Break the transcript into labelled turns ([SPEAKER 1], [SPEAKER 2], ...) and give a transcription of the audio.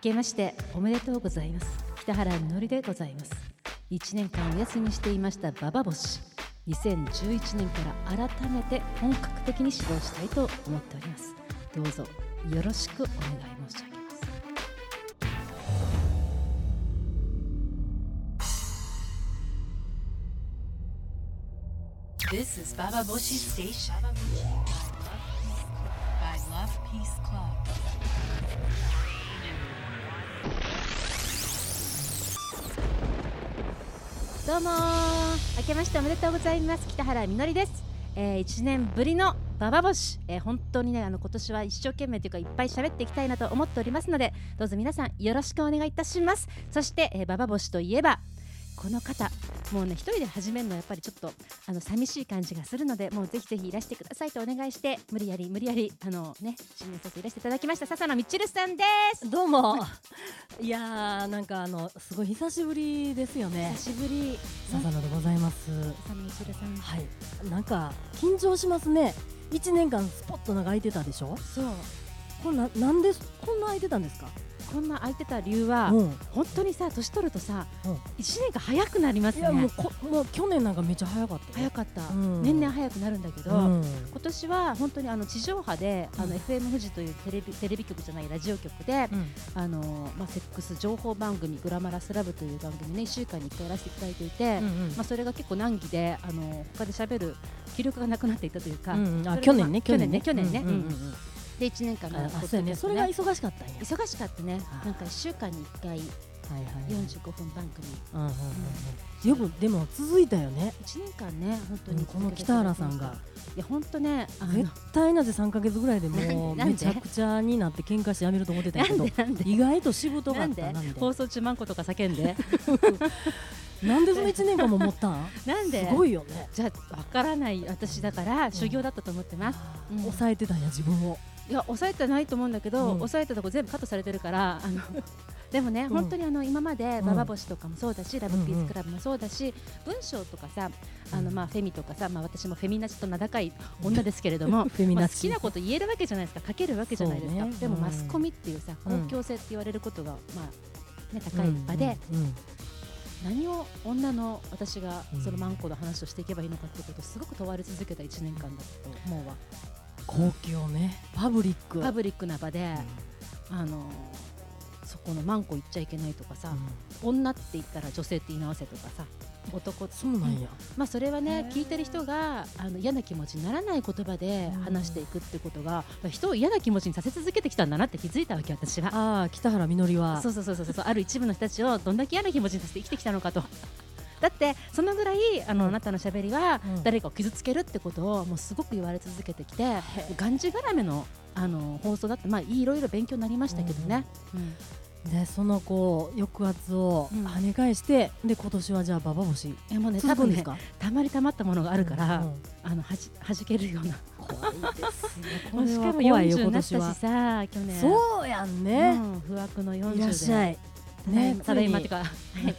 [SPEAKER 1] けましておめでとうございます北原みのりでございます1年間お休みしていましたババボシ2011年から改めて本格的に指導したいと思っておりますどうぞよろしくお願い申し上げますどうもー明けましておめでとうございます北原みのりです、えー、1年ぶりのババボシ、えー、本当にねあの今年は一生懸命というかいっぱい喋っていきたいなと思っておりますのでどうぞ皆さんよろしくお願いいたしますそして、えー、ババボシといえばこの方もうね一人で始めるのはやっぱりちょっとあの寂しい感じがするのでもうぜひぜひいらしてくださいとお願いして無理やり無理やりあのね新年早々いらしていただきました笹野みちるさんです
[SPEAKER 2] どうも。いやー、なんかあの、すごい久しぶりですよね
[SPEAKER 1] 久。しぶり
[SPEAKER 2] 笹野でございます。
[SPEAKER 1] 笹野みちるさん
[SPEAKER 2] はい、なんか緊張しますね。一年間スポッと長いてたでしょ
[SPEAKER 1] そう
[SPEAKER 2] こんな、なんで、こんな空いてたんですか。
[SPEAKER 1] こんな空いてた理由は、
[SPEAKER 2] うん。
[SPEAKER 1] 本当にさ年取るとさ、
[SPEAKER 2] うん
[SPEAKER 1] 一年が早くなります
[SPEAKER 2] い
[SPEAKER 1] ね
[SPEAKER 2] や、もう、こ、もう去年なんかめっちゃ早かったよ。
[SPEAKER 1] 早かった、
[SPEAKER 2] うん
[SPEAKER 1] 年々早くなるんだけど、
[SPEAKER 2] うん。
[SPEAKER 1] 今年は本当にあの地上波で、あ
[SPEAKER 2] うん
[SPEAKER 1] の FM 富士というテレビテレビ局じゃないラジオ局で、
[SPEAKER 2] うん
[SPEAKER 1] あのまあ、セックス情報番組「グラマラスラブ」という番組ね1週間に1回やらせていただいていて、
[SPEAKER 2] うん
[SPEAKER 1] まあ、それが結構難儀であの他で喋る気力がなくなっていたというか、
[SPEAKER 2] うんうんあ
[SPEAKER 1] それが
[SPEAKER 2] 去年
[SPEAKER 1] まあ
[SPEAKER 2] ね
[SPEAKER 1] 去年ね去年ね
[SPEAKER 2] うんうんうんうん
[SPEAKER 1] で1年間の
[SPEAKER 2] あ
[SPEAKER 1] ポッドキャス
[SPEAKER 2] そう
[SPEAKER 1] ト
[SPEAKER 2] やねそれが忙しかったんや
[SPEAKER 1] 忙しかったね
[SPEAKER 2] あー
[SPEAKER 1] なんか1週間に1回
[SPEAKER 2] はいはいはい
[SPEAKER 1] 45分番組
[SPEAKER 2] うんうんうんうんよくでも続いたよね
[SPEAKER 1] 1年間ね本当
[SPEAKER 2] う
[SPEAKER 1] に
[SPEAKER 2] んこの北原さんが
[SPEAKER 1] いや本当ねあの
[SPEAKER 2] 絶対なぜ3か月ぐらいでもう
[SPEAKER 1] なんで
[SPEAKER 2] めちゃくちゃになって喧嘩してやめると思ってたんやけ
[SPEAKER 1] な
[SPEAKER 2] ど
[SPEAKER 1] んでなんで
[SPEAKER 2] 意外と仕事が
[SPEAKER 1] な
[SPEAKER 2] あっ
[SPEAKER 1] ん
[SPEAKER 2] たな
[SPEAKER 1] で
[SPEAKER 2] みたいな
[SPEAKER 1] 放送中マンコとか叫ん で
[SPEAKER 2] なんでその1年間も持ったん
[SPEAKER 1] なんです
[SPEAKER 2] ごいよね
[SPEAKER 1] じゃあわからない私だから修行だったと思ってます、うん
[SPEAKER 2] 抑えてたんや自分を
[SPEAKER 1] いや抑えてないと思うんだけど、
[SPEAKER 2] うん
[SPEAKER 1] 抑えたとこ全部カットされてるからあ のでもね、
[SPEAKER 2] ん
[SPEAKER 1] 本当にあの今まで「
[SPEAKER 2] ん
[SPEAKER 1] ババボシ」とかもそうだし「ラブピー
[SPEAKER 2] うん
[SPEAKER 1] ス
[SPEAKER 2] うん
[SPEAKER 1] クラブ」もそうだし、文章とかさあ
[SPEAKER 2] う
[SPEAKER 1] の
[SPEAKER 2] ん
[SPEAKER 1] まあフェミとかさ、まあ、私もフェミナチと名高い女ですけれども
[SPEAKER 2] フェ ミ
[SPEAKER 1] まあ
[SPEAKER 2] ナ
[SPEAKER 1] 好き
[SPEAKER 2] チ
[SPEAKER 1] なこと言えるわけじゃないですか書けるわけじゃないですか、
[SPEAKER 2] そうね
[SPEAKER 1] でも
[SPEAKER 2] うん
[SPEAKER 1] マスコミっていうさ公共性って言われることが、まあね、高い場で、
[SPEAKER 2] うんうんうん
[SPEAKER 1] 何を女の私が
[SPEAKER 2] うん
[SPEAKER 1] そのマンコの話をしていけばいいのかっていうことをすごく問われ続けた1年間だったと思うわ
[SPEAKER 2] 公共ねパブリック
[SPEAKER 1] パ
[SPEAKER 2] ブ
[SPEAKER 1] ブリックな場で、あのそこのマンコ言っちゃいけないとかさ、女って言ったら女性って言い直せとかさ男って
[SPEAKER 2] そうなんや
[SPEAKER 1] まあそれは
[SPEAKER 2] へ
[SPEAKER 1] ね
[SPEAKER 2] ー
[SPEAKER 1] 聞いてる人があの嫌な気持ちにならない言葉で
[SPEAKER 2] うん
[SPEAKER 1] 話していくってことが、人を嫌な気持ちにさせ続けてきたんだなって気づいたわけ私は。
[SPEAKER 2] ああ北原みのりは
[SPEAKER 1] そうそうそうそうそうある一部の人たちをどんだけ嫌な気持ちにさせて生きてきたの かと。だってそのぐらいあの、
[SPEAKER 2] うん
[SPEAKER 1] あなたのしゃべりは
[SPEAKER 2] うん
[SPEAKER 1] 誰かを傷つけるってことをもうすごく言われ続けてきて、
[SPEAKER 2] え
[SPEAKER 1] がんじがらめのあの放送だってまあいろいろ勉強になりましたけどね。うん
[SPEAKER 2] でそのこう抑圧を
[SPEAKER 1] うん
[SPEAKER 2] 跳ね返してで今年はじゃあババ星
[SPEAKER 1] いやもうね多
[SPEAKER 2] 続くん
[SPEAKER 1] 分
[SPEAKER 2] です
[SPEAKER 1] ね
[SPEAKER 2] か
[SPEAKER 1] たまりたまったものがあるから、
[SPEAKER 2] うんうん
[SPEAKER 1] あのはじ弾けるような。
[SPEAKER 2] 怖いですね
[SPEAKER 1] もうしかも
[SPEAKER 2] これは怖いよ
[SPEAKER 1] 40になったし
[SPEAKER 2] 今年
[SPEAKER 1] さ去年。
[SPEAKER 2] そうやん
[SPEAKER 1] う
[SPEAKER 2] ね、
[SPEAKER 1] ん不惑の40で。
[SPEAKER 2] いらっしゃいね
[SPEAKER 1] ただいまただいま
[SPEAKER 2] つ
[SPEAKER 1] て
[SPEAKER 2] いに
[SPEAKER 1] か